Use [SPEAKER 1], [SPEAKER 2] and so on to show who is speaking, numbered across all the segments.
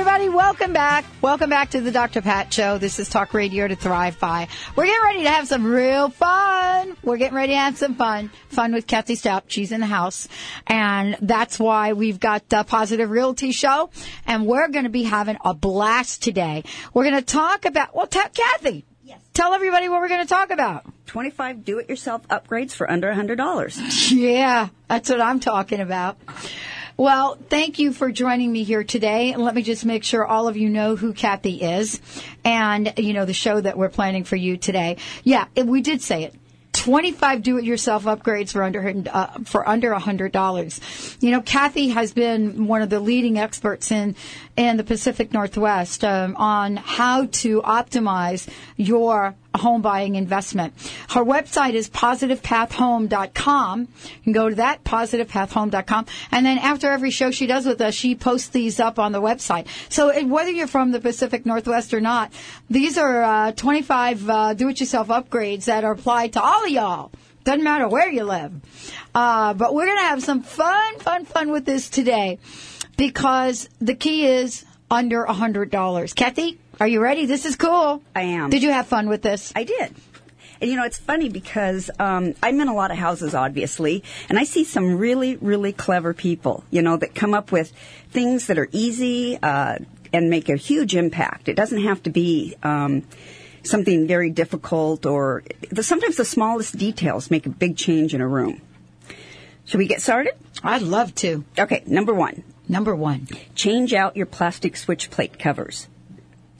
[SPEAKER 1] Welcome back. Welcome back to the Dr. Pat Show. This is Talk Radio to Thrive By. We're getting ready to have some real fun. We're getting ready to have some fun. Fun with Kathy Stout. She's in the house. And that's why we've got the Positive Realty Show. And we're going to be having a blast today. We're going to talk about, well, ta- Kathy. Yes. Tell everybody what we're going to talk about.
[SPEAKER 2] 25 do it yourself upgrades for under $100.
[SPEAKER 1] Yeah, that's what I'm talking about. Well, thank you for joining me here today. And let me just make sure all of you know who Kathy is and, you know, the show that we're planning for you today. Yeah, it- we did say it. 25 do-it-yourself upgrades for under uh, for under $100. You know, Kathy has been one of the leading experts in in the Pacific Northwest um, on how to optimize your home buying investment. Her website is positivepathhome.com. You can go to that, positivepathhome.com. And then after every show she does with us, she posts these up on the website. So it, whether you're from the Pacific Northwest or not, these are uh, 25 uh, do-it-yourself upgrades that are applied to all of y'all. Doesn't matter where you live. Uh, but we're going to have some fun, fun, fun with this today because the key is under $100. Kathy, are you ready? This is cool.
[SPEAKER 2] I am.
[SPEAKER 1] Did you have fun with this?
[SPEAKER 2] I did. And you know, it's funny because um, I'm in a lot of houses, obviously, and I see some really, really clever people, you know, that come up with things that are easy uh, and make a huge impact. It doesn't have to be. Um, Something very difficult, or the, sometimes the smallest details make a big change in a room. Should we get started?
[SPEAKER 1] I'd love to.
[SPEAKER 2] Okay, number one,
[SPEAKER 1] Number one.
[SPEAKER 2] change out your plastic switch plate covers.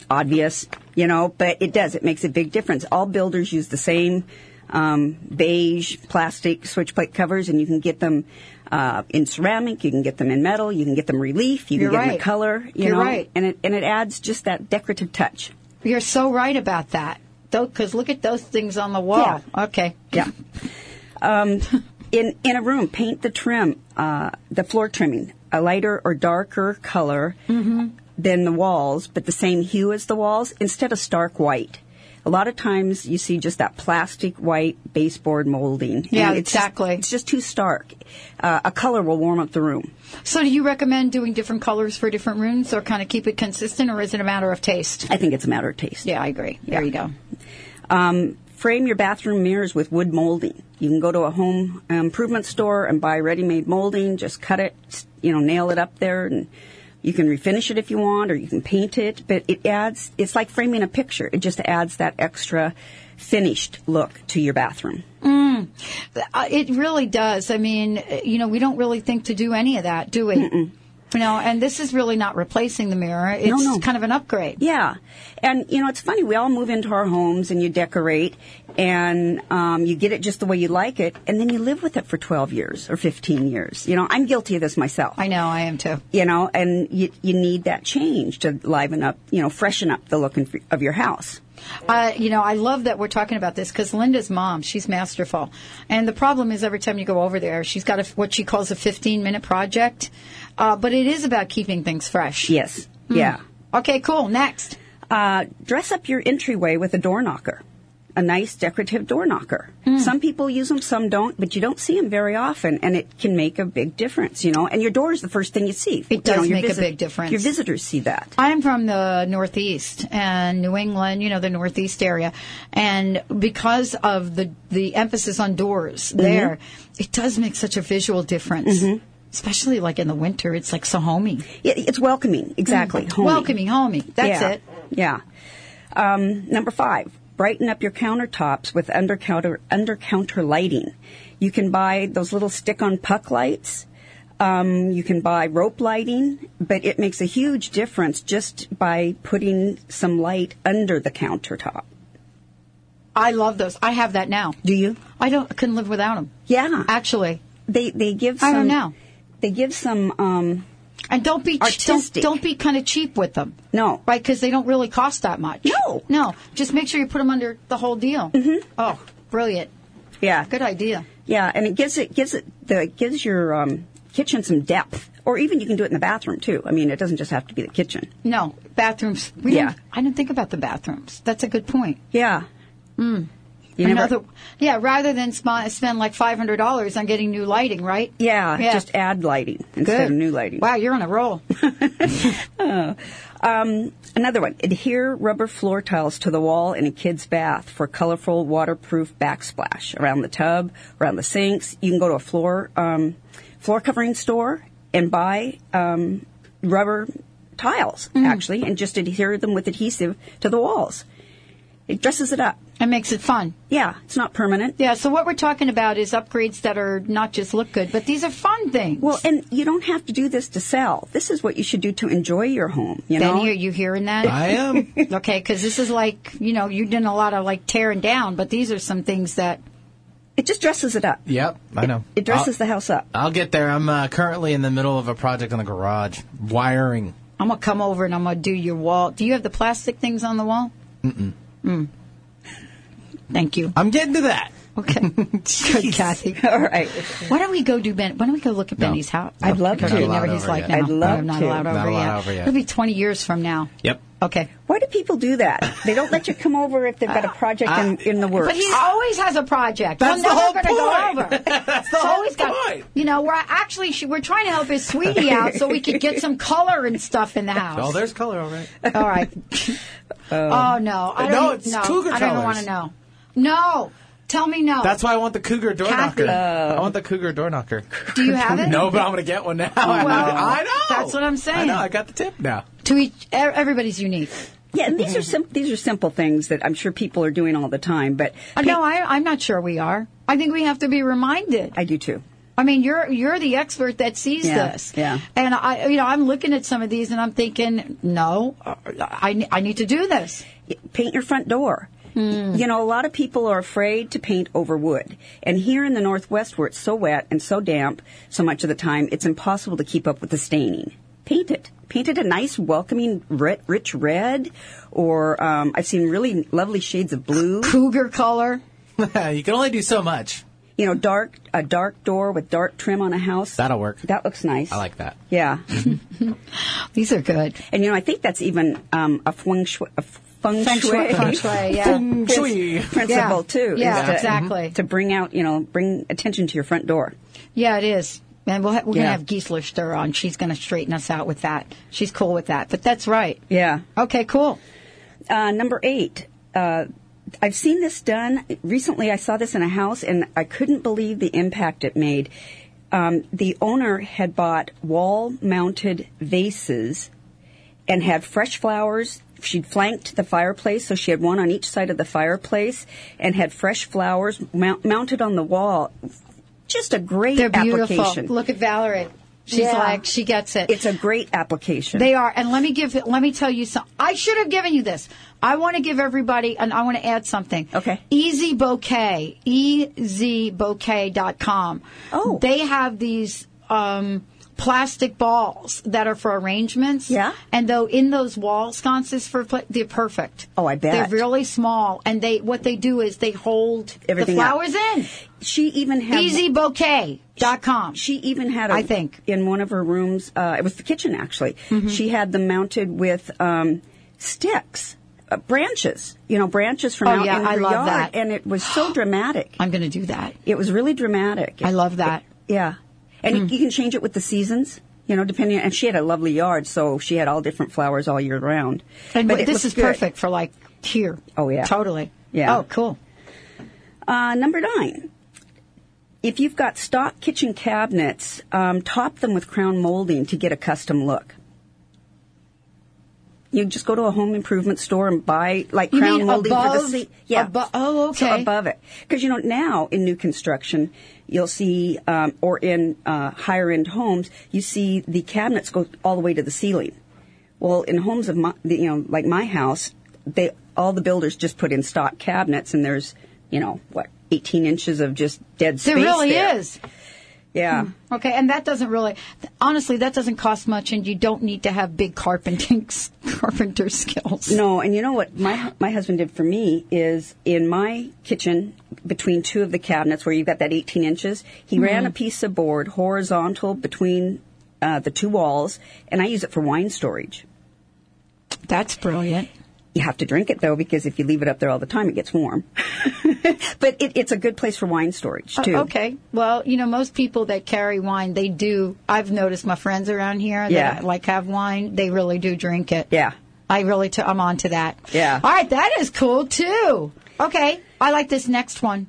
[SPEAKER 2] Obvious, you know, but it does. It makes a big difference. All builders use the same um, beige plastic switch plate covers, and you can get them uh, in ceramic, you can get them in metal, you can get them relief, you can
[SPEAKER 1] You're
[SPEAKER 2] get them
[SPEAKER 1] right.
[SPEAKER 2] in color, you
[SPEAKER 1] You're
[SPEAKER 2] know,
[SPEAKER 1] right.
[SPEAKER 2] and it and it adds just that decorative touch.
[SPEAKER 1] You're so right about that. Because look at those things on the wall.
[SPEAKER 2] Yeah.
[SPEAKER 1] Okay.
[SPEAKER 2] Yeah. Um, in in a room, paint the trim, uh, the floor trimming, a lighter or darker color
[SPEAKER 1] Mm-hmm.
[SPEAKER 2] than the walls, but the same hue as the walls, instead of stark white. A lot of times you see just that plastic white baseboard molding. and
[SPEAKER 1] Yeah,
[SPEAKER 2] it's just-
[SPEAKER 1] exactly.
[SPEAKER 2] it's just too stark. Uh, a color will warm up the room.
[SPEAKER 1] So, do you recommend doing different colors for different rooms or kind of keep it consistent, or is it a matter of taste?
[SPEAKER 2] I think it's a matter of taste.
[SPEAKER 1] Yeah, I agree. There you go.
[SPEAKER 2] Um, frame your bathroom mirrors with wood molding. You can go to a home improvement store and buy ready-made molding. Just cut it, s- you know, nail it up there, and you can refinish it if you want, or you can paint it. But it adds. It's like framing a picture. It just adds that extra finished look to your bathroom.
[SPEAKER 1] Uh, it really does. I mean, uh, you know, we don't really think to do any of that, do we? You know, and this is really not replacing the mirror. It's
[SPEAKER 2] no.
[SPEAKER 1] kind of an upgrade.
[SPEAKER 2] Yeah, and you know it's funny. We all move into our homes and you decorate, and um, you get it just the way you like it, and then you live with it for twelve years or fifteen years. You know, I'm guilty of this myself.
[SPEAKER 1] I know, I am too.
[SPEAKER 2] you know, and you, you need that change to liven up, you know, freshen up the look and f- of your house.
[SPEAKER 1] Uh, you know, I love that we're talking about this because Linda's mom, she's masterful. And the problem is every time you go over there, she's got a, what she calls a 15 minute project. Uh, but it is about keeping things fresh.
[SPEAKER 2] Yes. Mm. Yeah.
[SPEAKER 1] Okay, cool. Next.
[SPEAKER 2] Uh, dress up your entryway with a door knocker, a nice decorative door knocker.
[SPEAKER 1] Mm.
[SPEAKER 2] Some people use them, some don't, but you don't see them very often, and it can make a big difference, you know. And your door is the first thing you see. It
[SPEAKER 1] does make a big difference.
[SPEAKER 2] Your visitors see that.
[SPEAKER 1] I'm from the Northeast and New England, you know, the Northeast area. And because of the, the emphasis on doors
[SPEAKER 2] Mm-hmm.
[SPEAKER 1] there, it does make such a visual difference. Especially like in the winter, it's like so homey.
[SPEAKER 2] It, it's welcoming, exactly. homey.
[SPEAKER 1] Mm. Welcoming, homey. That's
[SPEAKER 2] yeah.
[SPEAKER 1] it.
[SPEAKER 2] Yeah. Um, number five, brighten up your countertops with under counter under counter lighting. You can buy those little stick on puck lights. Um, you can buy rope lighting, but it makes a huge difference just by putting some light under the countertop.
[SPEAKER 1] I love those. I have that now.
[SPEAKER 2] Do you?
[SPEAKER 1] I don't couldn't live without them.
[SPEAKER 2] Yeah.
[SPEAKER 1] Actually,
[SPEAKER 2] They they give. Some,
[SPEAKER 1] I don't know.
[SPEAKER 2] They give some. Um,
[SPEAKER 1] and don't be don't,
[SPEAKER 2] Artistic.
[SPEAKER 1] don't be kind of cheap with them.
[SPEAKER 2] No.
[SPEAKER 1] right? Because they don't really cost that much.
[SPEAKER 2] No.
[SPEAKER 1] no. Just make sure you put them under the whole deal. Mm-hmm. Oh, brilliant!
[SPEAKER 2] yeah.
[SPEAKER 1] Good idea.
[SPEAKER 2] Yeah, and it gives it gives it the it gives your um, kitchen some depth, or even you can do it in the bathroom too. I mean, it doesn't just have to be the kitchen.
[SPEAKER 1] No bathrooms. We
[SPEAKER 2] Yeah.
[SPEAKER 1] didn't- I didn't think about the bathrooms. That's a good point.
[SPEAKER 2] Yeah. You never-
[SPEAKER 1] Hmm. Another, yeah, rather than sp- spend like five hundred dollars on getting new lighting, right?
[SPEAKER 2] Yeah,
[SPEAKER 1] Yeah.
[SPEAKER 2] just add lighting instead
[SPEAKER 1] Good.
[SPEAKER 2] of new lighting.
[SPEAKER 1] Wow, you're on a roll.
[SPEAKER 2] Um, another one. Adhere rubber floor tiles to the wall in a kid's bath for colorful waterproof backsplash around the tub, around the sinks. You can go to a floor um, floor covering store and buy um, rubber tiles
[SPEAKER 1] Mm.
[SPEAKER 2] actually, and just adhere them with adhesive to the walls. It dresses it up.
[SPEAKER 1] It makes it fun.
[SPEAKER 2] Yeah, it's not permanent.
[SPEAKER 1] Yeah, so what we're talking about is upgrades that are not just look good, but these are fun things.
[SPEAKER 2] Well, and you don't have to do this to sell. This is what you should do to enjoy your home. You know,
[SPEAKER 1] Benny, are you hearing that?
[SPEAKER 3] I am.
[SPEAKER 1] okay, because this is like you know you did a lot of like tearing down, but these are some things that
[SPEAKER 2] it just dresses it up.
[SPEAKER 3] Yep, I know. Uh,
[SPEAKER 2] It dresses the
[SPEAKER 3] I'll,
[SPEAKER 2] house up.
[SPEAKER 3] I'll get there. I'm uh, currently in the middle of a project in the garage, wiring.
[SPEAKER 1] I'm gonna come over and I'm gonna do your wall. Do you have the plastic things on the wall? Mm-mm. Mm. Thank you.
[SPEAKER 3] I'm getting to that.
[SPEAKER 1] Okay. Good, Kathy.
[SPEAKER 2] All right.
[SPEAKER 1] Why don't we go do Ben? Why don't we go look at Benny's house?
[SPEAKER 2] I'd love
[SPEAKER 1] Okay,
[SPEAKER 2] to. Not
[SPEAKER 1] Never
[SPEAKER 3] allowed
[SPEAKER 1] he's
[SPEAKER 3] over
[SPEAKER 1] like
[SPEAKER 3] yet.
[SPEAKER 1] now.
[SPEAKER 2] I'd love
[SPEAKER 1] I'm not
[SPEAKER 2] to.
[SPEAKER 1] allowed over,
[SPEAKER 3] Not allowed
[SPEAKER 1] yet.
[SPEAKER 3] over yet.
[SPEAKER 1] It'll be 20 years from now.
[SPEAKER 3] Yep.
[SPEAKER 1] Okay.
[SPEAKER 2] Why do people do that? They don't let you come over if they've got a project in, in the works.
[SPEAKER 1] Uh, But he always has a project.
[SPEAKER 3] That's
[SPEAKER 1] We're
[SPEAKER 3] the
[SPEAKER 1] never
[SPEAKER 3] whole
[SPEAKER 1] gonna go
[SPEAKER 3] point.
[SPEAKER 1] over.
[SPEAKER 3] That's the
[SPEAKER 1] It's
[SPEAKER 3] whole
[SPEAKER 1] always got-
[SPEAKER 3] point.
[SPEAKER 1] you know, we're actually sh- we're trying to help his sweetie out so we could get some color and stuff in the house.
[SPEAKER 3] Oh, there's color, all right.
[SPEAKER 1] All right. oh no, I
[SPEAKER 3] No,
[SPEAKER 1] don't.
[SPEAKER 3] it's cougar
[SPEAKER 1] I don't
[SPEAKER 3] colors.
[SPEAKER 1] want to know. No, tell me no.
[SPEAKER 3] That's why I want the cougar door
[SPEAKER 1] Kathy.
[SPEAKER 3] knocker. I want the cougar door knocker.
[SPEAKER 1] Do you have it?
[SPEAKER 3] No, but I'm going to get one now. I know.
[SPEAKER 1] that's what I'm saying.
[SPEAKER 3] I know. I got the tip now.
[SPEAKER 1] To each, e- everybody's unique.
[SPEAKER 2] yeah, and these are sim- these are simple things that I'm sure people are doing all the time. But
[SPEAKER 1] Uh, no, I, I'm not sure we are. I think we have to be reminded.
[SPEAKER 2] I do too.
[SPEAKER 1] I mean, you're you're the expert that sees
[SPEAKER 2] Yeah,
[SPEAKER 1] this.
[SPEAKER 2] yeah.
[SPEAKER 1] And I, you know, I'm looking at some of these and I'm thinking, no, uh, I, I need to do this.
[SPEAKER 2] Paint your front door. You know, a lot of people are afraid to paint over wood. And here in the Northwest, where it's so wet and so damp so much of the time, it's impossible to keep up with the staining. Paint it. Paint it a nice, welcoming, ri- rich red, or um, I've seen really lovely shades of blue.
[SPEAKER 1] Cougar color.
[SPEAKER 3] you can only do so much.
[SPEAKER 2] you know, dark a dark door with dark trim on a house.
[SPEAKER 3] That'll work.
[SPEAKER 2] That looks nice.
[SPEAKER 3] I like that.
[SPEAKER 2] Yeah,
[SPEAKER 1] These are good.
[SPEAKER 2] and you know, I think that's even um, a feng shui. A Feng
[SPEAKER 1] Feng
[SPEAKER 2] shui,
[SPEAKER 1] shui, feng shui, yeah. Feng
[SPEAKER 3] shui.
[SPEAKER 2] principle
[SPEAKER 1] Yeah.
[SPEAKER 2] too. is
[SPEAKER 1] Yeah,
[SPEAKER 2] to-
[SPEAKER 1] exactly.
[SPEAKER 2] To bring out, you know, bring attention to your front door.
[SPEAKER 1] Yeah, it is. And we'll ha- we're
[SPEAKER 2] Yeah.
[SPEAKER 1] going to have Gisela Stir on. She's going to straighten us out with that. She's cool with that. But that's right.
[SPEAKER 2] Yeah.
[SPEAKER 1] Okay, cool.
[SPEAKER 2] Uh, number eight. Uh, I've seen this done recently. I saw this in a house, and I couldn't believe the impact it made. Um, the owner had bought wall-mounted vases and had fresh flowers. She'd flanked the fireplace, so she had one on each side of the fireplace, and had fresh flowers mount- mounted on the wall. Just a great
[SPEAKER 1] They're beautiful.
[SPEAKER 2] application.
[SPEAKER 1] Look at Valerie. She's
[SPEAKER 2] Yeah.
[SPEAKER 1] like, she gets it.
[SPEAKER 2] It's a great application.
[SPEAKER 1] They are, and let me give. Let me tell you something. I should have given you this. I want to give everybody, and I want to add something.
[SPEAKER 2] Okay.
[SPEAKER 1] Easy Bouquet, E EasyBouquet.com.
[SPEAKER 2] Oh.
[SPEAKER 1] They have these um, plastic balls that are for arrangements.
[SPEAKER 2] Yeah.
[SPEAKER 1] And though in those wall sconces for pla- they're perfect.
[SPEAKER 2] Oh, I bet.
[SPEAKER 1] They're really small, and they what they do is they hold
[SPEAKER 2] Everything
[SPEAKER 1] the
[SPEAKER 2] up.
[SPEAKER 1] flowers in. E
[SPEAKER 2] she even had
[SPEAKER 1] EasyBouquet.com.
[SPEAKER 2] She even had, a,
[SPEAKER 1] I think. Mm-hmm.
[SPEAKER 2] in one of her rooms. Uh, it was the kitchen actually. She had them mounted with um, sticks, uh, branches. You know, branches from
[SPEAKER 1] Oh,
[SPEAKER 2] out
[SPEAKER 1] yeah,
[SPEAKER 2] in
[SPEAKER 1] I
[SPEAKER 2] her
[SPEAKER 1] love
[SPEAKER 2] yard,
[SPEAKER 1] that.
[SPEAKER 2] and it was so dramatic.
[SPEAKER 1] I'm going to do that.
[SPEAKER 2] It was really dramatic.
[SPEAKER 1] I love that. Hmm.
[SPEAKER 2] Yeah, and you can change it with the seasons. You know, depending. And she had a lovely yard, so she had all different flowers all year round.
[SPEAKER 1] And
[SPEAKER 2] But it
[SPEAKER 1] this
[SPEAKER 2] looked
[SPEAKER 1] is
[SPEAKER 2] good.
[SPEAKER 1] perfect for like here.
[SPEAKER 2] Oh, yeah.
[SPEAKER 1] Totally.
[SPEAKER 2] Yeah.
[SPEAKER 1] Oh, cool.
[SPEAKER 2] Uh, number nine. If you've got stock kitchen cabinets, um, top them with crown molding to get a custom look. You just go to a home improvement store and buy like
[SPEAKER 1] You
[SPEAKER 2] crown
[SPEAKER 1] mean
[SPEAKER 2] molding for
[SPEAKER 1] above-
[SPEAKER 2] the seat. Yeah.
[SPEAKER 1] abo- oh,
[SPEAKER 2] So
[SPEAKER 1] okay.
[SPEAKER 2] above it, because you know now in new construction, you'll see, um, or in uh, higher end homes, you see the cabinets go all the way to the ceiling. Well, in homes of my, the- you know, like my house, they all the builders just put in stock cabinets, and there's, you know, what, 18 inches of just dead space.
[SPEAKER 1] There really
[SPEAKER 2] there.
[SPEAKER 1] is. Hmm.
[SPEAKER 2] Yeah.
[SPEAKER 1] Okay, and that doesn't really, honestly, that doesn't cost much, and you don't need to have big carpenting carpenter skills.
[SPEAKER 2] No, and you know what my my husband did for me is in my kitchen between two of the cabinets where you've got that 18 inches, he ran
[SPEAKER 1] Mm-hmm.
[SPEAKER 2] a piece of board horizontal between uh, the two walls, and I use it for wine storage.
[SPEAKER 1] That's brilliant.
[SPEAKER 2] You have to drink it though because if you leave it up there all the time, it gets warm. but it, it's a good place for wine storage too.
[SPEAKER 1] Oh, Okay. Well, you know, most people that carry wine, they do. I've noticed my friends around here
[SPEAKER 2] Yeah.
[SPEAKER 1] that like have wine, they really do drink it.
[SPEAKER 2] Yeah.
[SPEAKER 1] I really, t- I'm on to that.
[SPEAKER 2] Yeah.
[SPEAKER 1] All right. That is cool too. Okay. I like this next one.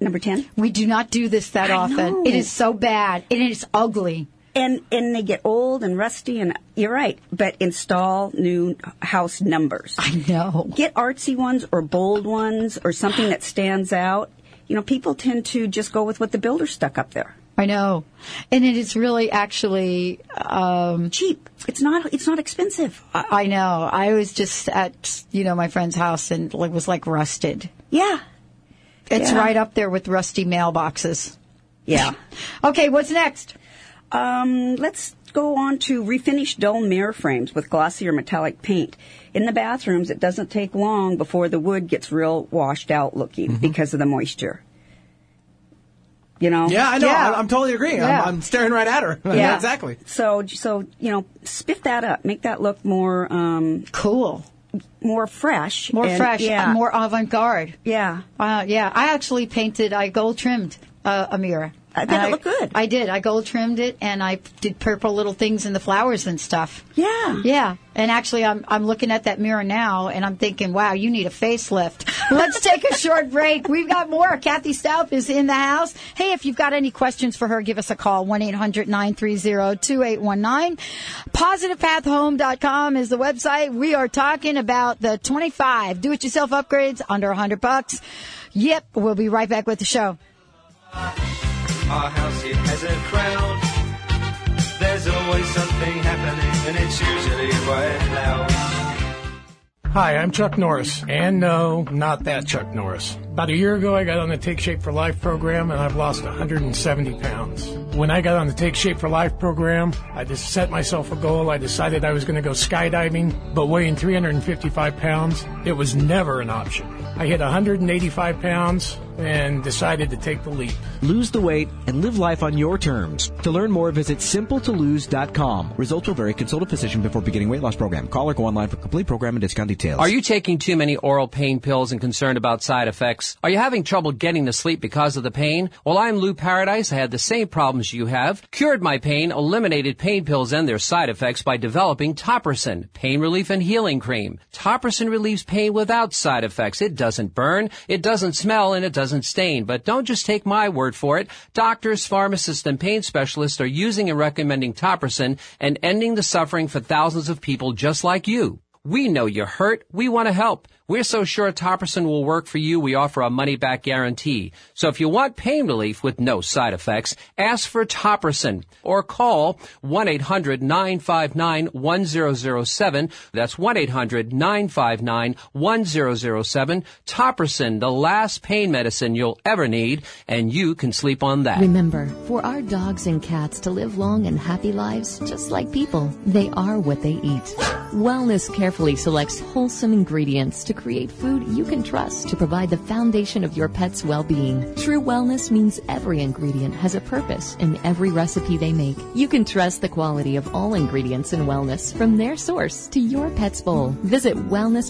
[SPEAKER 2] Number ten.
[SPEAKER 1] We do not do this that
[SPEAKER 2] I
[SPEAKER 1] often.
[SPEAKER 2] know.
[SPEAKER 1] It is so bad. It is ugly.
[SPEAKER 2] and and they get old and rusty and you're right but install new house numbers
[SPEAKER 1] I know.
[SPEAKER 2] get artsy ones or bold ones or something that stands out you know people tend to just go with what the builder stuck up there
[SPEAKER 1] I know. And it is really actually, um,
[SPEAKER 2] cheap it's not it's not expensive
[SPEAKER 1] I I know. I was just at, you know, my friend's house and it was like rusted.
[SPEAKER 2] yeah
[SPEAKER 1] It's
[SPEAKER 2] Yeah.
[SPEAKER 1] right up there with rusty mailboxes.
[SPEAKER 2] yeah
[SPEAKER 1] Okay, what's next?
[SPEAKER 2] um, let's go on to refinish dull mirror frames with glossy or metallic paint in the bathrooms it doesn't take long before the wood gets real washed out looking
[SPEAKER 3] Mm-hmm.
[SPEAKER 2] because of the moisture you know
[SPEAKER 3] Yeah, I know.
[SPEAKER 1] Yeah.
[SPEAKER 3] I'm, I'm totally agreeing.
[SPEAKER 1] Yeah.
[SPEAKER 3] I'm, I'm staring right at her.
[SPEAKER 2] Yeah,
[SPEAKER 3] exactly.
[SPEAKER 2] So, so you know, spiff that up, make that look more, um,
[SPEAKER 1] Cool.
[SPEAKER 2] more fresh,
[SPEAKER 1] More
[SPEAKER 2] and-
[SPEAKER 1] fresh,
[SPEAKER 2] yeah,
[SPEAKER 1] more avant garde.
[SPEAKER 2] yeah.
[SPEAKER 1] Uh, yeah, I actually painted, I gold trimmed uh, a mirror.
[SPEAKER 2] I bet it
[SPEAKER 1] And
[SPEAKER 2] looked good.
[SPEAKER 1] I did. I gold trimmed it and I did purple little things in the flowers and stuff.
[SPEAKER 2] Yeah.
[SPEAKER 1] Yeah. And actually, I'm, I'm looking at that mirror now and I'm thinking, wow, you need a facelift. Let's take a short break. We've got more. Kathy Staup is in the house. Hey, if you've got any questions for her, give us a call 1 800 930 2819. PositivePathHome.com is the website. We are talking about the 25 do it yourself upgrades under 100 bucks. Yep. We'll be right back with the show.
[SPEAKER 4] Our house, it has a crowd. There's always something happening, and it's usually quite loud.
[SPEAKER 5] Hi, I'm Chuck Norris. And no, not that Chuck Norris. About a year ago, I got on the Take Shape for Life program and I've lost 170 pounds. When I got on the Take Shape for Life program, I just set myself a goal. I decided I was going to go skydiving, but weighing 355 pounds, it was never an option. I hit 185 pounds and decided to take the leap.
[SPEAKER 6] Lose the weight and live life on your terms. To learn more, visit simpletolose.com. Results will vary. Consult a physician before beginning weight loss program. Call or go online for complete program and discount details.
[SPEAKER 7] Are you taking too many oral pain pills and concerned about side effects? Are you having trouble getting to sleep because of the pain? Well, I'm Lou Paradise. I had the same problems you have. Cured my pain, eliminated pain pills and their side effects by developing Toperson pain relief and healing cream. Toperson relieves pain without side effects. It doesn't burn, it doesn't smell, and it doesn't stain. But don't just take my word for it. Doctors, pharmacists, and pain specialists are using and recommending Toperson and ending the suffering for thousands of people just like you. We know you're hurt. We want to help. We're so sure Topperson will work for you, we offer a money back guarantee. So if you want pain relief with no side effects, ask for Topperson or call 1-800-959-1007. That's 1-800-959-1007. Topperson, the last pain medicine you'll ever need, and you can sleep on that.
[SPEAKER 8] Remember, for our dogs and cats to live long and happy lives, just like people, they are what they eat. Wellness carefully selects wholesome ingredients to create food you can trust to provide the foundation of your pet's well-being. True wellness means every ingredient has a purpose in every recipe they make. You can trust the quality of all ingredients in wellness from their source to your pet's bowl. Visit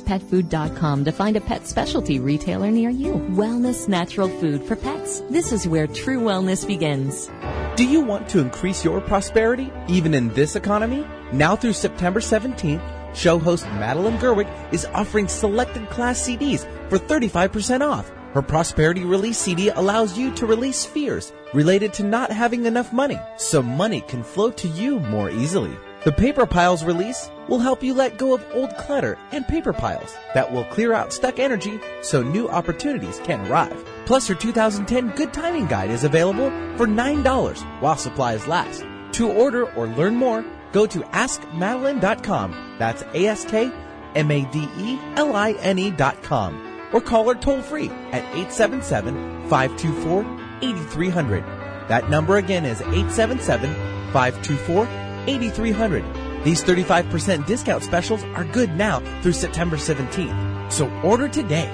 [SPEAKER 8] wellnesspetfood.com to find a pet specialty retailer near you. Wellness natural food for pets. This is where true wellness begins.
[SPEAKER 9] Do you want to increase your prosperity, even in this economy? Now through September 17th, show host Madeline Gerwick is offering selected class CDs for 35% off. Her Prosperity Release CD allows you to release fears related to not having enough money, so money can flow to you more easily. The Paper Piles release will help you let go of old clutter and paper piles that will clear out stuck energy so new opportunities can arrive. Plus, her 2010 Good Timing Guide is available for $9 while supplies last. To order or learn more, go to askmadeline.com. That's E A-S-K-M-A-D-E-L-I-N-E.com. Or call her toll free at 877-524-8300. That number again is 877-524-8300. These 35% discount specials are good now through September 17th. So order today.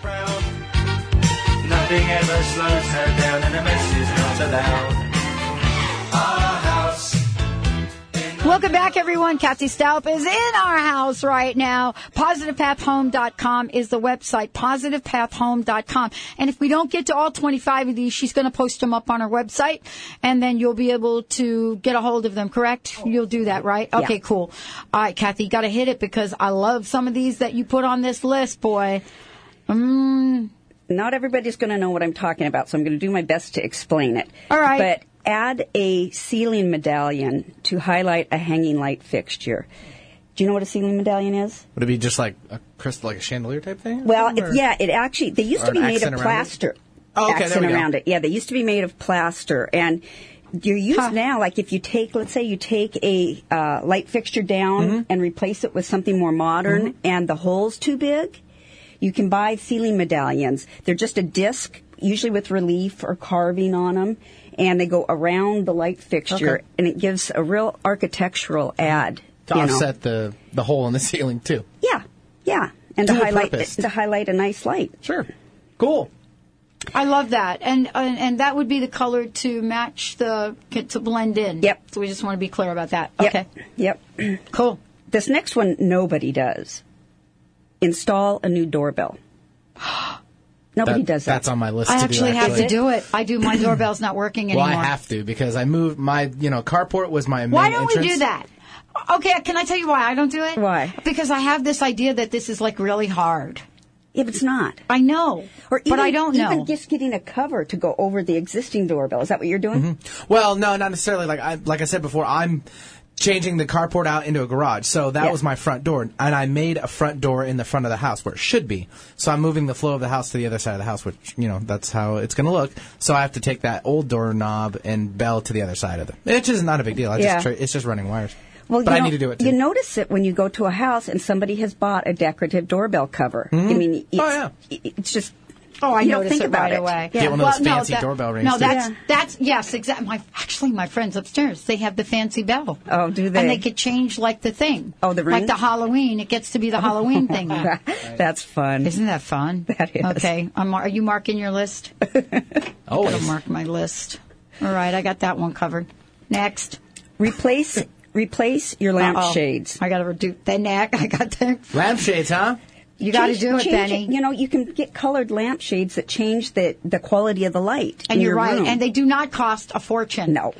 [SPEAKER 4] Proud. Nothing ever slows her down, and a mess is not allowed. Our house in the
[SPEAKER 1] Welcome back, everyone. Kathy Staub is in our house right now. PositivePathHome.com is the website. PositivePathHome.com. And if we don't get to all 25 of these, she's going to post them up on her website, and then you'll be able to get a hold of them, correct? You'll do that, right? Okay, cool. All right, Kathy, got to hit it because I love some of these that you put on this list, boy.
[SPEAKER 2] not everybody's going to know what I'm talking about, so I'm going to do my best to explain it.
[SPEAKER 1] All right.
[SPEAKER 2] But add a ceiling medallion to highlight a hanging light fixture. Do you know what a ceiling medallion is?
[SPEAKER 3] Would it be just like a crystal, like a chandelier type thing?
[SPEAKER 2] Well,
[SPEAKER 3] Or-
[SPEAKER 2] it, yeah, it actually they used
[SPEAKER 3] or
[SPEAKER 2] to be
[SPEAKER 3] an
[SPEAKER 2] made
[SPEAKER 3] accent
[SPEAKER 2] of
[SPEAKER 3] around it?
[SPEAKER 2] plaster.
[SPEAKER 3] Oh, okay, there
[SPEAKER 2] accent
[SPEAKER 3] we go.
[SPEAKER 2] around it. Yeah, they used to be made of plaster, and you're used now. Like if you take, let's say, you take a uh, light fixture down
[SPEAKER 3] Mm-hmm.
[SPEAKER 2] and replace it with something more modern, and the hole's too big, you can buy ceiling medallions. They're just a disc, usually with relief or carving on them. And they go around the light fixture,
[SPEAKER 3] Okay.
[SPEAKER 2] and it gives a real architectural add.
[SPEAKER 3] To
[SPEAKER 2] you know.
[SPEAKER 3] offset the, the hole in the ceiling, too.
[SPEAKER 2] yeah, yeah, and to
[SPEAKER 3] Dual
[SPEAKER 2] highlight
[SPEAKER 3] purpose.
[SPEAKER 2] to highlight a nice light.
[SPEAKER 3] Sure. Cool.
[SPEAKER 1] I love that, and and, and that would be the color to match the to blend in.
[SPEAKER 2] Yep.
[SPEAKER 1] So we just want to be clear about that.
[SPEAKER 2] Yep.
[SPEAKER 1] Okay.
[SPEAKER 2] Yep.
[SPEAKER 1] Cool.
[SPEAKER 2] This next one nobody does. Install a new doorbell. Nobody
[SPEAKER 3] That-
[SPEAKER 2] does that.
[SPEAKER 3] That's on my list
[SPEAKER 1] I
[SPEAKER 3] to
[SPEAKER 1] actually
[SPEAKER 3] do.
[SPEAKER 1] have
[SPEAKER 3] Actually.
[SPEAKER 1] to do it. I do. My doorbell's not working
[SPEAKER 3] Well,
[SPEAKER 1] anymore.
[SPEAKER 3] I have to because I moved my, you know, carport was my main
[SPEAKER 1] Why don't we
[SPEAKER 3] entrance.
[SPEAKER 1] do that? Okay, can I tell you why I don't do it?
[SPEAKER 2] Why?
[SPEAKER 1] Because I have this idea that this is like really hard.
[SPEAKER 2] if it's not.
[SPEAKER 1] I know, but I don't know.
[SPEAKER 2] Even just getting a cover to go over the existing doorbell. Is that what you're doing?
[SPEAKER 3] Mm-hmm. Well, no, not necessarily. Like I like I said before, I'm changing the carport out into a garage. So that
[SPEAKER 2] Yeah.
[SPEAKER 3] was my front door, and I made a front door in the front of the house where it should be. So I'm moving the flow of the house to the other side of the house, which you know that's how it's going to look. So I have to take that old doorknob and bell to the other side of it. It's just not a big deal. I
[SPEAKER 2] Yeah.
[SPEAKER 3] just tra- it's just running wires.
[SPEAKER 2] Well,
[SPEAKER 3] but
[SPEAKER 2] you
[SPEAKER 3] I
[SPEAKER 2] know-
[SPEAKER 3] need to do it. Too.
[SPEAKER 2] You notice it when you go to a house and somebody has bought a decorative doorbell cover. I mean, it's,
[SPEAKER 3] Oh,
[SPEAKER 2] it- it's just.
[SPEAKER 1] Oh, I
[SPEAKER 2] you don't
[SPEAKER 1] noticed
[SPEAKER 2] think
[SPEAKER 1] it
[SPEAKER 2] about
[SPEAKER 1] right
[SPEAKER 2] it.
[SPEAKER 1] away.
[SPEAKER 2] Yeah.
[SPEAKER 3] Get one of
[SPEAKER 1] well,
[SPEAKER 3] those fancy
[SPEAKER 1] no, that,
[SPEAKER 3] doorbell rings,
[SPEAKER 1] No,
[SPEAKER 3] too.
[SPEAKER 1] that's
[SPEAKER 2] Yeah.
[SPEAKER 1] that's yes, exactly. My actually, my friends upstairs they have the fancy bell.
[SPEAKER 2] Oh, do they?
[SPEAKER 1] And they could change like the thing.
[SPEAKER 2] Oh, the
[SPEAKER 1] like
[SPEAKER 2] ring?
[SPEAKER 1] the Halloween. It gets to be the Halloween thing.
[SPEAKER 2] That's fun.
[SPEAKER 1] Isn't that fun?
[SPEAKER 2] That is.
[SPEAKER 1] Okay, I'm, mar- are you marking your list? I'm gonna
[SPEAKER 3] Always.
[SPEAKER 1] mark my list. All right, I got that one covered. Next.
[SPEAKER 2] replace replace your lampshades.
[SPEAKER 1] I got to do the neck. I got the.
[SPEAKER 3] Lampshades, huh?
[SPEAKER 1] You got to
[SPEAKER 2] Change-
[SPEAKER 1] do it,
[SPEAKER 2] change
[SPEAKER 1] Benny.
[SPEAKER 2] You know, you can get colored lampshades that change the, the quality of the light.
[SPEAKER 1] and
[SPEAKER 2] in
[SPEAKER 1] you're
[SPEAKER 2] your
[SPEAKER 1] right.
[SPEAKER 2] room.
[SPEAKER 1] And they do not cost a fortune.
[SPEAKER 2] no.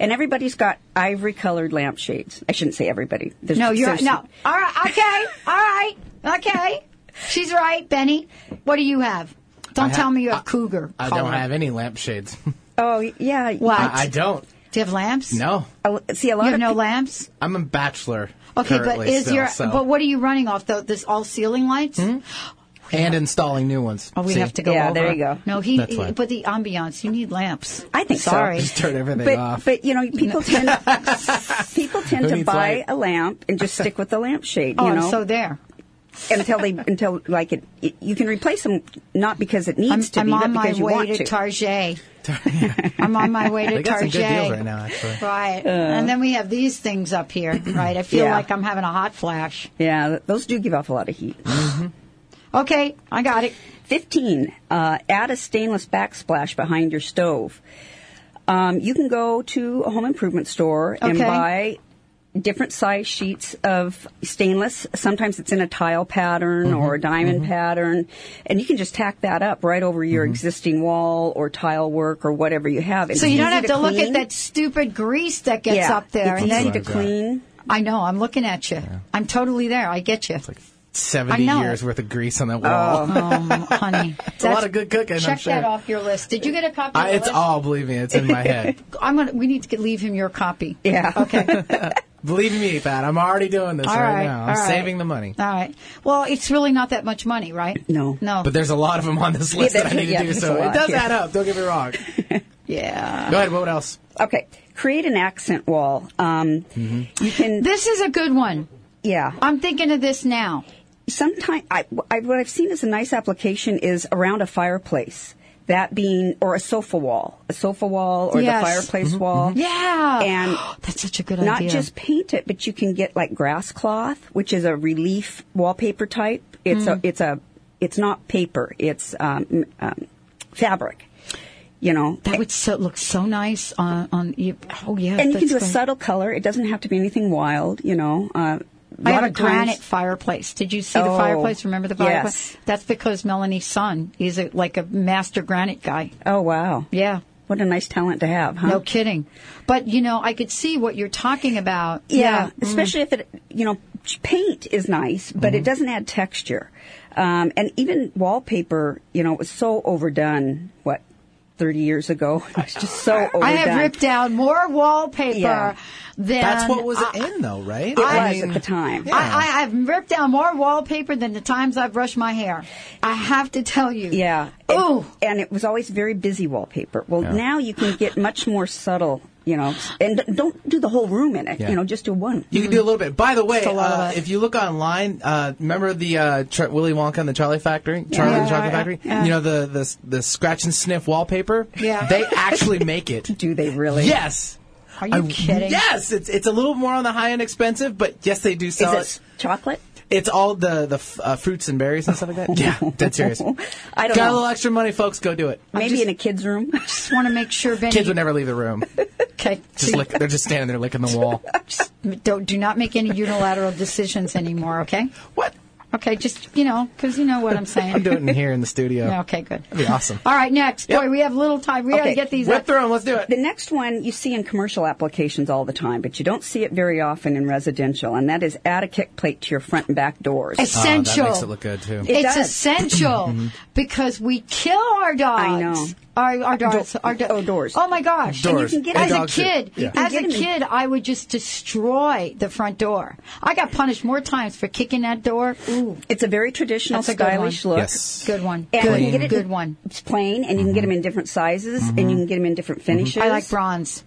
[SPEAKER 2] And everybody's got ivory colored lampshades. I shouldn't say everybody. There's,
[SPEAKER 1] No, you're
[SPEAKER 2] there's-
[SPEAKER 1] no. All right. Okay. All right. Okay. She's right, Benny. What do you have? Don't
[SPEAKER 3] ha-
[SPEAKER 1] tell me you have
[SPEAKER 3] I-
[SPEAKER 1] cougar.
[SPEAKER 3] I
[SPEAKER 1] color.
[SPEAKER 3] don't have any lampshades.
[SPEAKER 2] Oh yeah. you-
[SPEAKER 1] What?
[SPEAKER 3] I, I don't.
[SPEAKER 1] Do you have lamps?
[SPEAKER 3] No,
[SPEAKER 2] Oh, see a lot
[SPEAKER 1] You have
[SPEAKER 2] of
[SPEAKER 1] no
[SPEAKER 2] peop-
[SPEAKER 1] lamps.
[SPEAKER 3] I'm a bachelor.
[SPEAKER 1] Okay, but
[SPEAKER 3] currently
[SPEAKER 1] is
[SPEAKER 3] still,
[SPEAKER 1] your
[SPEAKER 3] so-
[SPEAKER 1] but what are you running off though? This all ceiling lights?
[SPEAKER 3] and installing new ones.
[SPEAKER 1] Oh, we
[SPEAKER 3] See?
[SPEAKER 1] have to go.
[SPEAKER 2] Hmm? Yeah,
[SPEAKER 1] over.
[SPEAKER 2] there you go.
[SPEAKER 1] No, he.
[SPEAKER 3] That's
[SPEAKER 1] he-
[SPEAKER 3] fine.
[SPEAKER 1] but the ambiance. You need lamps.
[SPEAKER 2] I think so.
[SPEAKER 1] Sorry.
[SPEAKER 3] Just turn everything
[SPEAKER 2] But
[SPEAKER 3] off.
[SPEAKER 2] but you know people tend people tend
[SPEAKER 3] Who
[SPEAKER 2] to
[SPEAKER 3] needs
[SPEAKER 2] buy
[SPEAKER 3] light?
[SPEAKER 2] a lamp and just stick with the lampshade.
[SPEAKER 1] oh,
[SPEAKER 2] you
[SPEAKER 1] I'm
[SPEAKER 2] know
[SPEAKER 1] so there.
[SPEAKER 2] until they until like it, it- you can replace them not because it
[SPEAKER 1] I'm,
[SPEAKER 2] needs to
[SPEAKER 1] I'm
[SPEAKER 2] be
[SPEAKER 1] on
[SPEAKER 2] but
[SPEAKER 1] my
[SPEAKER 2] because you
[SPEAKER 1] way
[SPEAKER 2] want
[SPEAKER 1] to,
[SPEAKER 2] to.
[SPEAKER 1] Target. I'm on my way to
[SPEAKER 3] They got some
[SPEAKER 1] Target.
[SPEAKER 3] good deals right now, actually.
[SPEAKER 1] Right. and then we have these things up here, right? I feel
[SPEAKER 2] Uh. Yeah.
[SPEAKER 1] like I'm having a hot flash.
[SPEAKER 2] yeah, th- those do give off a lot of heat.
[SPEAKER 1] Okay, I got it.
[SPEAKER 2] 15. Uh, add a stainless backsplash behind your stove. Um, you can go to a home improvement store and
[SPEAKER 1] Okay.
[SPEAKER 2] buy different size sheets of stainless. Sometimes it's in a tile pattern or a
[SPEAKER 1] Mm-hmm.
[SPEAKER 2] diamond pattern, and you can just tack that up right over your existing wall or tile work or whatever you have. It's
[SPEAKER 1] Mm-hmm. So you don't
[SPEAKER 2] easy
[SPEAKER 1] have to look at
[SPEAKER 2] clean.
[SPEAKER 1] that stupid grease that gets
[SPEAKER 2] yeah,
[SPEAKER 1] up there.
[SPEAKER 2] It's
[SPEAKER 1] and
[SPEAKER 2] easy
[SPEAKER 1] then-
[SPEAKER 2] to clean.
[SPEAKER 1] I know. I'm looking at you. I'm totally there. I get you.
[SPEAKER 3] Seventy
[SPEAKER 1] I know.
[SPEAKER 3] years worth of grease on that
[SPEAKER 2] Oh.
[SPEAKER 3] wall.
[SPEAKER 1] um, honey,
[SPEAKER 3] It's a lot of good cooking.
[SPEAKER 1] Check
[SPEAKER 3] I'm sure.
[SPEAKER 1] that off your list. Did you get a copy?
[SPEAKER 3] I,
[SPEAKER 1] of the
[SPEAKER 3] it's
[SPEAKER 1] list?
[SPEAKER 3] all. Believe me, it's in my head.
[SPEAKER 1] I'm gonna. We need to leave him your copy.
[SPEAKER 2] Yeah.
[SPEAKER 1] Okay.
[SPEAKER 3] believe me, Pat. I'm already doing this
[SPEAKER 1] All
[SPEAKER 3] right,
[SPEAKER 1] right,
[SPEAKER 3] now.
[SPEAKER 1] all
[SPEAKER 3] I'm
[SPEAKER 1] right.
[SPEAKER 3] saving the money.
[SPEAKER 1] All right. Well, it's really not that much money, right?
[SPEAKER 2] No.
[SPEAKER 1] No.
[SPEAKER 3] But there's a lot of them on this list
[SPEAKER 2] Yeah,
[SPEAKER 3] that I need to
[SPEAKER 2] yeah,
[SPEAKER 3] do.
[SPEAKER 2] there's
[SPEAKER 3] So
[SPEAKER 2] a
[SPEAKER 3] it
[SPEAKER 2] lot,
[SPEAKER 3] does
[SPEAKER 2] yeah.
[SPEAKER 3] add up. Don't get me wrong.
[SPEAKER 1] yeah.
[SPEAKER 3] Go ahead. What else?
[SPEAKER 2] Okay. Create an accent wall. Um,
[SPEAKER 1] Mm-hmm.
[SPEAKER 2] You can,
[SPEAKER 1] This is a good one.
[SPEAKER 2] yeah.
[SPEAKER 1] I'm thinking of this now.
[SPEAKER 2] sometimes I, I- what I've seen as a nice application is around a fireplace. That being, or a sofa wall, a sofa wall, or
[SPEAKER 1] Yes.
[SPEAKER 2] the fireplace wall.
[SPEAKER 1] Mm-hmm. Yeah.
[SPEAKER 2] And
[SPEAKER 1] that's such a good
[SPEAKER 2] not
[SPEAKER 1] idea.
[SPEAKER 2] just paint it, but you can get like grass cloth, which is a relief wallpaper type.
[SPEAKER 1] Mm.
[SPEAKER 2] It's a, it's a, it's not paper. It's um, um, fabric. you know.
[SPEAKER 1] That would so look so nice on on. you- Oh yeah,
[SPEAKER 2] and you can
[SPEAKER 1] that's
[SPEAKER 2] do a
[SPEAKER 1] great.
[SPEAKER 2] subtle color. It doesn't have to be anything wild, you know. Uh,
[SPEAKER 1] I
[SPEAKER 2] lot
[SPEAKER 1] have a
[SPEAKER 2] of times-
[SPEAKER 1] granite fireplace. Did you see the
[SPEAKER 2] Oh,
[SPEAKER 1] fireplace? Remember the fireplace?
[SPEAKER 2] yes.
[SPEAKER 1] That's because Melanie's son is a, like a master granite guy.
[SPEAKER 2] Oh wow!
[SPEAKER 1] Yeah.
[SPEAKER 2] What a nice talent to have, huh?
[SPEAKER 1] No kidding. But you know, I could see what you're talking about.
[SPEAKER 2] Yeah,
[SPEAKER 1] Mm.
[SPEAKER 2] especially if it, you know, paint is nice, but
[SPEAKER 3] Mm-hmm.
[SPEAKER 2] it doesn't add texture. Um, and even wallpaper, you know, it was so overdone, what, 30 years ago? It was just so overdone.
[SPEAKER 1] I have ripped down more wallpaper
[SPEAKER 2] Yeah.
[SPEAKER 1] than
[SPEAKER 3] That's what was
[SPEAKER 1] Um, I,
[SPEAKER 3] in, though, right?
[SPEAKER 2] It
[SPEAKER 1] I
[SPEAKER 2] was at the time.
[SPEAKER 1] I, I, I've ripped down more wallpaper than the times I've brushed my hair. I have to tell you.
[SPEAKER 2] Yeah.
[SPEAKER 1] Oh,
[SPEAKER 2] And, and it was always very busy wallpaper. Well, now you can get much more subtle, you know, and d- don't do the whole room in it,
[SPEAKER 3] Yeah.
[SPEAKER 2] you know, just do one.
[SPEAKER 3] You can do a little bit. By the way,
[SPEAKER 1] It's a lot of
[SPEAKER 3] uh,
[SPEAKER 1] it.
[SPEAKER 3] if you look online, uh, remember the uh, Char- Willy Wonka and the Charlie Factory, Charlie and the
[SPEAKER 1] Yeah,
[SPEAKER 3] Chocolate
[SPEAKER 1] yeah,
[SPEAKER 3] Factory.
[SPEAKER 1] yeah.
[SPEAKER 3] You know the, the the scratch and sniff wallpaper.
[SPEAKER 1] Yeah.
[SPEAKER 3] they actually make it.
[SPEAKER 2] do they really?
[SPEAKER 3] Yes.
[SPEAKER 1] are you kidding?
[SPEAKER 3] Yes, it's it's a little more on the high end expensive, but yes, they do
[SPEAKER 2] Is
[SPEAKER 3] sell
[SPEAKER 2] it
[SPEAKER 3] it.
[SPEAKER 2] s- chocolate?
[SPEAKER 3] It's all the the f- uh, fruits and berries and stuff like that. Yeah, dead serious.
[SPEAKER 2] I don't
[SPEAKER 3] Got a
[SPEAKER 2] know.
[SPEAKER 3] little extra money, folks. Go do it.
[SPEAKER 2] Maybe in a kid's room.
[SPEAKER 1] Just want to make sure, Benny.
[SPEAKER 3] Kids would never leave the room.
[SPEAKER 1] Okay.
[SPEAKER 3] Just lick, they're just standing there licking the wall.
[SPEAKER 1] Don't do not make any unilateral decisions anymore. Okay.
[SPEAKER 3] What?
[SPEAKER 1] Okay. Just you know, because you know what I'm saying.
[SPEAKER 3] I'm doing it here in the studio.
[SPEAKER 1] Okay. Good.
[SPEAKER 3] That'd be awesome.
[SPEAKER 1] All right. Next, boy,
[SPEAKER 3] Yep.
[SPEAKER 1] we have little time. We got to
[SPEAKER 2] Okay.
[SPEAKER 1] get these.
[SPEAKER 3] Rip
[SPEAKER 1] up.
[SPEAKER 3] through 'em, Let's do it.
[SPEAKER 2] The next one you see in commercial applications all the time, but you don't see it very often in residential, and that is add a kick plate to your front and back doors.
[SPEAKER 1] essential.
[SPEAKER 3] Oh, that makes it look good, too. Mm-hmm. It
[SPEAKER 1] it's
[SPEAKER 2] does.
[SPEAKER 1] essential because we kill our dogs.
[SPEAKER 2] I know.
[SPEAKER 1] Our, our dogs.
[SPEAKER 2] Do-
[SPEAKER 1] our do-
[SPEAKER 2] oh, doors.
[SPEAKER 1] Oh my gosh.
[SPEAKER 3] And you can Doors. get And
[SPEAKER 1] as a
[SPEAKER 3] dogs too.
[SPEAKER 1] kid.
[SPEAKER 3] Yeah. You
[SPEAKER 2] can
[SPEAKER 1] As
[SPEAKER 2] get
[SPEAKER 1] a
[SPEAKER 2] 'em in-
[SPEAKER 1] kid, I would just destroy the front door. I got punished more times for kicking that door. Ooh,
[SPEAKER 2] It's a very traditional,
[SPEAKER 1] That's a good
[SPEAKER 2] stylish
[SPEAKER 1] one.
[SPEAKER 2] look.
[SPEAKER 3] Yes.
[SPEAKER 1] good one.
[SPEAKER 2] And you
[SPEAKER 1] Good,
[SPEAKER 2] can get it
[SPEAKER 1] good one. Mm-hmm.
[SPEAKER 2] It's plain, and you can get them in different sizes, and you can get them in different finishes.
[SPEAKER 1] I like bronze.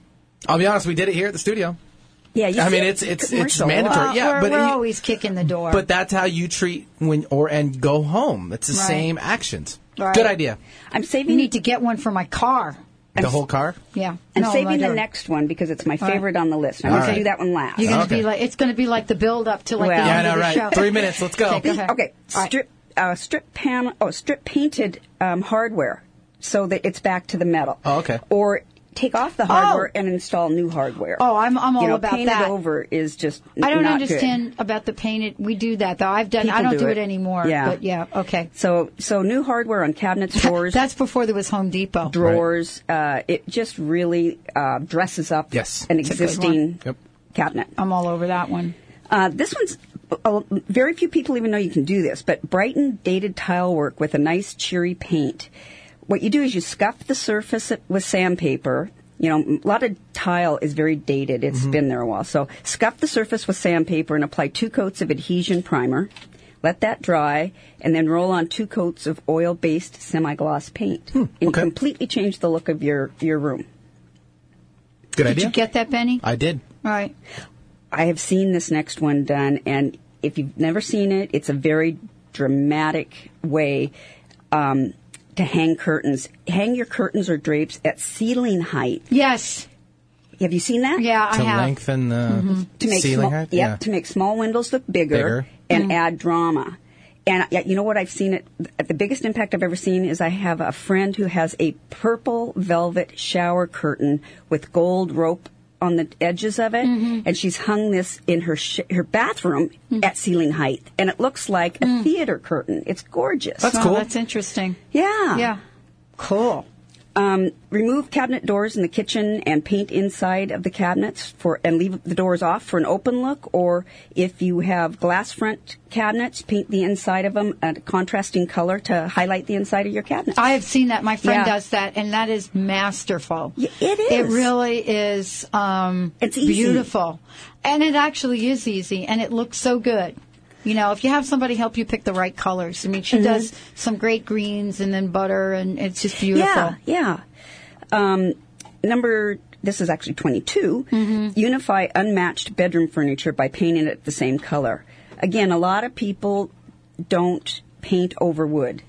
[SPEAKER 3] I'll be honest. We did it here at the studio.
[SPEAKER 2] Yeah, you
[SPEAKER 3] I
[SPEAKER 2] see
[SPEAKER 3] mean,
[SPEAKER 2] it
[SPEAKER 3] it's-
[SPEAKER 2] in
[SPEAKER 3] it's- it's
[SPEAKER 2] commercial a lot.
[SPEAKER 3] mandatory. Yeah,
[SPEAKER 1] Uh, we're,
[SPEAKER 3] but
[SPEAKER 1] we're
[SPEAKER 3] you-
[SPEAKER 1] always kicking the door.
[SPEAKER 3] But that's how you treat when or and go home. It's the
[SPEAKER 1] Right.
[SPEAKER 3] same actions.
[SPEAKER 1] Right.
[SPEAKER 3] Good idea.
[SPEAKER 2] I'm
[SPEAKER 1] you
[SPEAKER 2] saving
[SPEAKER 1] need to get one for my car.
[SPEAKER 3] The whole car.
[SPEAKER 1] Yeah.
[SPEAKER 2] I'm
[SPEAKER 1] No, my
[SPEAKER 2] saving the
[SPEAKER 1] door.
[SPEAKER 2] next one because it's my
[SPEAKER 1] right.
[SPEAKER 2] favorite on the list. I'm going to do that one last.
[SPEAKER 1] You're gonna
[SPEAKER 3] Okay.
[SPEAKER 1] be like it's gonna be like the build up to like
[SPEAKER 2] Well-
[SPEAKER 1] the
[SPEAKER 2] Yeah,
[SPEAKER 1] end
[SPEAKER 3] I
[SPEAKER 1] of
[SPEAKER 3] know,
[SPEAKER 1] the
[SPEAKER 3] right.
[SPEAKER 1] show.
[SPEAKER 3] Three minutes, let's go.
[SPEAKER 1] Okay, go ahead.
[SPEAKER 2] Okay,
[SPEAKER 1] All right.
[SPEAKER 2] strip uh, strip pan oh strip painted um, hardware so that it's back to the metal.
[SPEAKER 3] Oh, okay.
[SPEAKER 2] Or take off the hardware and install new hardware.
[SPEAKER 1] Oh, I'm- I'm all
[SPEAKER 2] you know,
[SPEAKER 1] about
[SPEAKER 2] painted
[SPEAKER 1] that.
[SPEAKER 2] over is just n-
[SPEAKER 1] I don't
[SPEAKER 2] not good.
[SPEAKER 1] understand about the painted. We do that though. I've done. I
[SPEAKER 2] People
[SPEAKER 1] don't do
[SPEAKER 2] do
[SPEAKER 1] it,
[SPEAKER 2] it.
[SPEAKER 1] anymore.
[SPEAKER 2] Yeah.
[SPEAKER 1] But yeah. Okay.
[SPEAKER 2] So so new hardware on cabinets, drawers,
[SPEAKER 1] That's before there was Home Depot.
[SPEAKER 2] drawers. Uh, it just really uh, dresses up
[SPEAKER 3] Yes.
[SPEAKER 2] an
[SPEAKER 3] It's
[SPEAKER 1] a good
[SPEAKER 2] existing
[SPEAKER 1] one.
[SPEAKER 3] Yep.
[SPEAKER 2] cabinet.
[SPEAKER 1] I'm all over that one.
[SPEAKER 2] Uh, this one's uh, very few people even know you can do this, but brighten dated tile work with a nice cheery paint. What you do is you scuff the surface with sandpaper. You know, a lot of tile is very dated. It's been there a while. So scuff the surface with sandpaper and apply two coats of adhesion primer. Let that dry, and then roll on two coats of oil-based semi-gloss paint, and
[SPEAKER 3] okay.
[SPEAKER 2] completely change the look of your your room.
[SPEAKER 3] Good
[SPEAKER 1] Did
[SPEAKER 3] idea.
[SPEAKER 1] you get that, Benny?
[SPEAKER 3] I did.
[SPEAKER 1] all right.
[SPEAKER 2] I have seen this next one done, and if you've never seen it, it's a very dramatic way um, to hang curtains. Hang your curtains or drapes at ceiling height.
[SPEAKER 1] Yes.
[SPEAKER 2] Have you seen that?
[SPEAKER 1] Yeah. I
[SPEAKER 3] to
[SPEAKER 1] have. Mm-hmm.
[SPEAKER 3] lengthen the
[SPEAKER 2] To make
[SPEAKER 3] ceiling
[SPEAKER 2] small, Yep,
[SPEAKER 3] height. Yeah.
[SPEAKER 2] to make small windows look bigger,
[SPEAKER 3] Bigger.
[SPEAKER 2] and add drama. And yeah, you know what I've seen it the biggest impact I've ever seen is I have a friend who has a purple velvet shower curtain with gold rope on the edges of it and she's hung this in her sh- her bathroom at ceiling height and it looks like a theater curtain. It's gorgeous.
[SPEAKER 3] That's
[SPEAKER 1] Oh,
[SPEAKER 3] cool.
[SPEAKER 1] That's interesting.
[SPEAKER 2] yeah.
[SPEAKER 1] Yeah. Cool.
[SPEAKER 2] Um, remove cabinet doors in the kitchen and paint inside of the cabinets for and leave the doors off for an open look. Or if you have glass front cabinets, paint the inside of them a contrasting color to highlight the inside of your cabinet.
[SPEAKER 1] I have seen that. My friend
[SPEAKER 2] Yeah.
[SPEAKER 1] does that, and that is masterful.
[SPEAKER 2] Y- it is.
[SPEAKER 1] It really is. Um,
[SPEAKER 2] It's easy.
[SPEAKER 1] beautiful, and it actually is easy, and it looks so good. You know, if you have somebody help you pick the right colors. I mean,
[SPEAKER 2] Mm-hmm.
[SPEAKER 1] she does some great greens and then butter, and it's just beautiful.
[SPEAKER 2] Yeah, yeah. Um, number this is actually 22 Unify unmatched bedroom furniture by painting it the same color. Again, a lot of people don't paint over wood.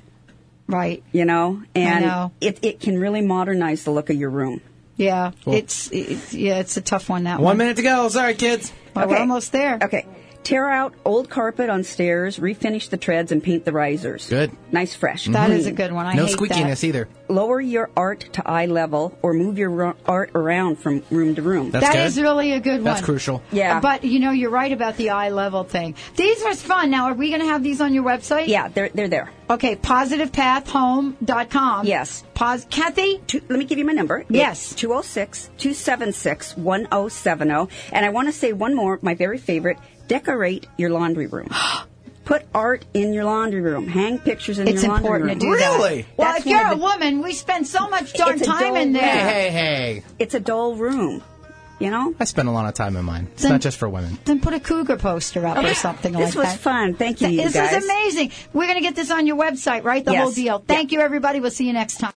[SPEAKER 1] Right.
[SPEAKER 2] you know, and
[SPEAKER 1] know.
[SPEAKER 2] it it can really modernize the look of your room.
[SPEAKER 1] Yeah. It's, it's yeah. It's a tough one. That
[SPEAKER 3] One
[SPEAKER 1] one.
[SPEAKER 3] minute to go. Sorry, kids.
[SPEAKER 1] Well, We're almost there.
[SPEAKER 2] Okay. Tear out old carpet on stairs, refinish the treads, and paint the risers.
[SPEAKER 3] Good. Mm-hmm.
[SPEAKER 2] Nice fresh.
[SPEAKER 1] That is a good one. I
[SPEAKER 3] Mm. no
[SPEAKER 1] hate
[SPEAKER 3] squeakiness
[SPEAKER 1] that.
[SPEAKER 3] either.
[SPEAKER 2] Lower your art to eye level or move your ro- art around from room to room.
[SPEAKER 3] That's
[SPEAKER 1] That
[SPEAKER 3] good.
[SPEAKER 1] is really a good one.
[SPEAKER 3] That's crucial.
[SPEAKER 2] Yeah.
[SPEAKER 1] But you know, you're right about the eye level thing. These was fun. Now, are we going to have these on your website?
[SPEAKER 2] yeah, they're, they're there.
[SPEAKER 1] Okay, positivepathhome.com.
[SPEAKER 2] Yes.
[SPEAKER 1] Pos- Kathy?
[SPEAKER 2] two, let me give you my number.
[SPEAKER 1] Yes.
[SPEAKER 2] 206 276 1070. And I want to say one more, my very favorite decorate your laundry room. Put art in your laundry room. Hang pictures in
[SPEAKER 1] It's
[SPEAKER 2] your laundry room.
[SPEAKER 1] important to do that.
[SPEAKER 3] Really?
[SPEAKER 1] Well,
[SPEAKER 2] That's
[SPEAKER 1] if you're
[SPEAKER 2] one
[SPEAKER 1] a
[SPEAKER 2] of the-
[SPEAKER 1] woman, we spend so much darn
[SPEAKER 2] It's a
[SPEAKER 1] time in
[SPEAKER 2] dull
[SPEAKER 1] there.
[SPEAKER 2] way.
[SPEAKER 3] Hey, hey.
[SPEAKER 2] It's a dull room, you know?
[SPEAKER 3] I spend a lot of time in mine. It's
[SPEAKER 1] Then-
[SPEAKER 3] not just for women.
[SPEAKER 1] Then put a cougar poster up or something
[SPEAKER 2] This
[SPEAKER 1] like
[SPEAKER 2] was
[SPEAKER 1] that.
[SPEAKER 2] fun. Thank you,
[SPEAKER 1] Th-
[SPEAKER 2] you
[SPEAKER 1] This
[SPEAKER 2] guys.
[SPEAKER 1] is amazing. We're going to get this on your website, right? The
[SPEAKER 2] Yes.
[SPEAKER 1] whole deal. Thank you, everybody. We'll see you next time.